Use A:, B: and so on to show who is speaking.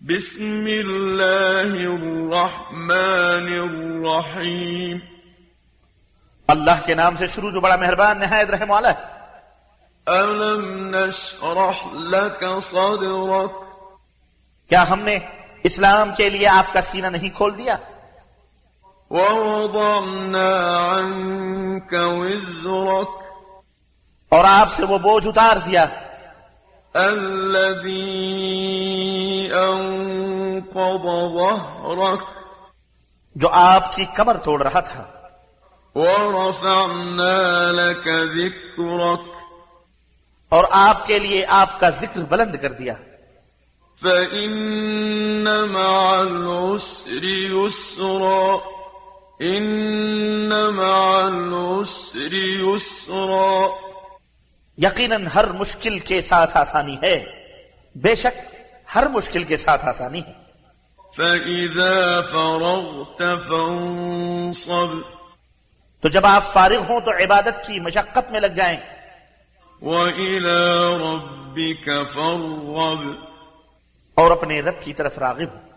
A: بسم الله الرحمن الرحيم
B: अल्लाह के नाम से शुरू जो बड़ा मेहरबान नहायत रहम वाला है
A: ألم نشرح لك صدرك
B: क्या हमने इस्लाम के लिए आपका सीना नहीं खोल दिया
A: ووضعنا عنك وزرك
B: और आपसे वो बोझ उतार दिया
A: الذي أنقض ظهرك
B: जो आपकी कमर तोड़ रहा था
A: ورفعنا لك ذكرك
B: और आपके लिए आपका जिक्र बुलंद कर दिया
A: فإن مع العسر يسرا إن مع العسر يسرا
B: यकीनन हर मुश्किल के साथ आसानी है बेशक हर मुश्किल के साथ आसानी है
A: فإذا فرغت فانصب
B: तो जब आप फारिग हों तो इबादत की मशक्कत में लग जाएं
A: وإلى ربك فارغب
B: और अपने रब की तरफ रागिब हों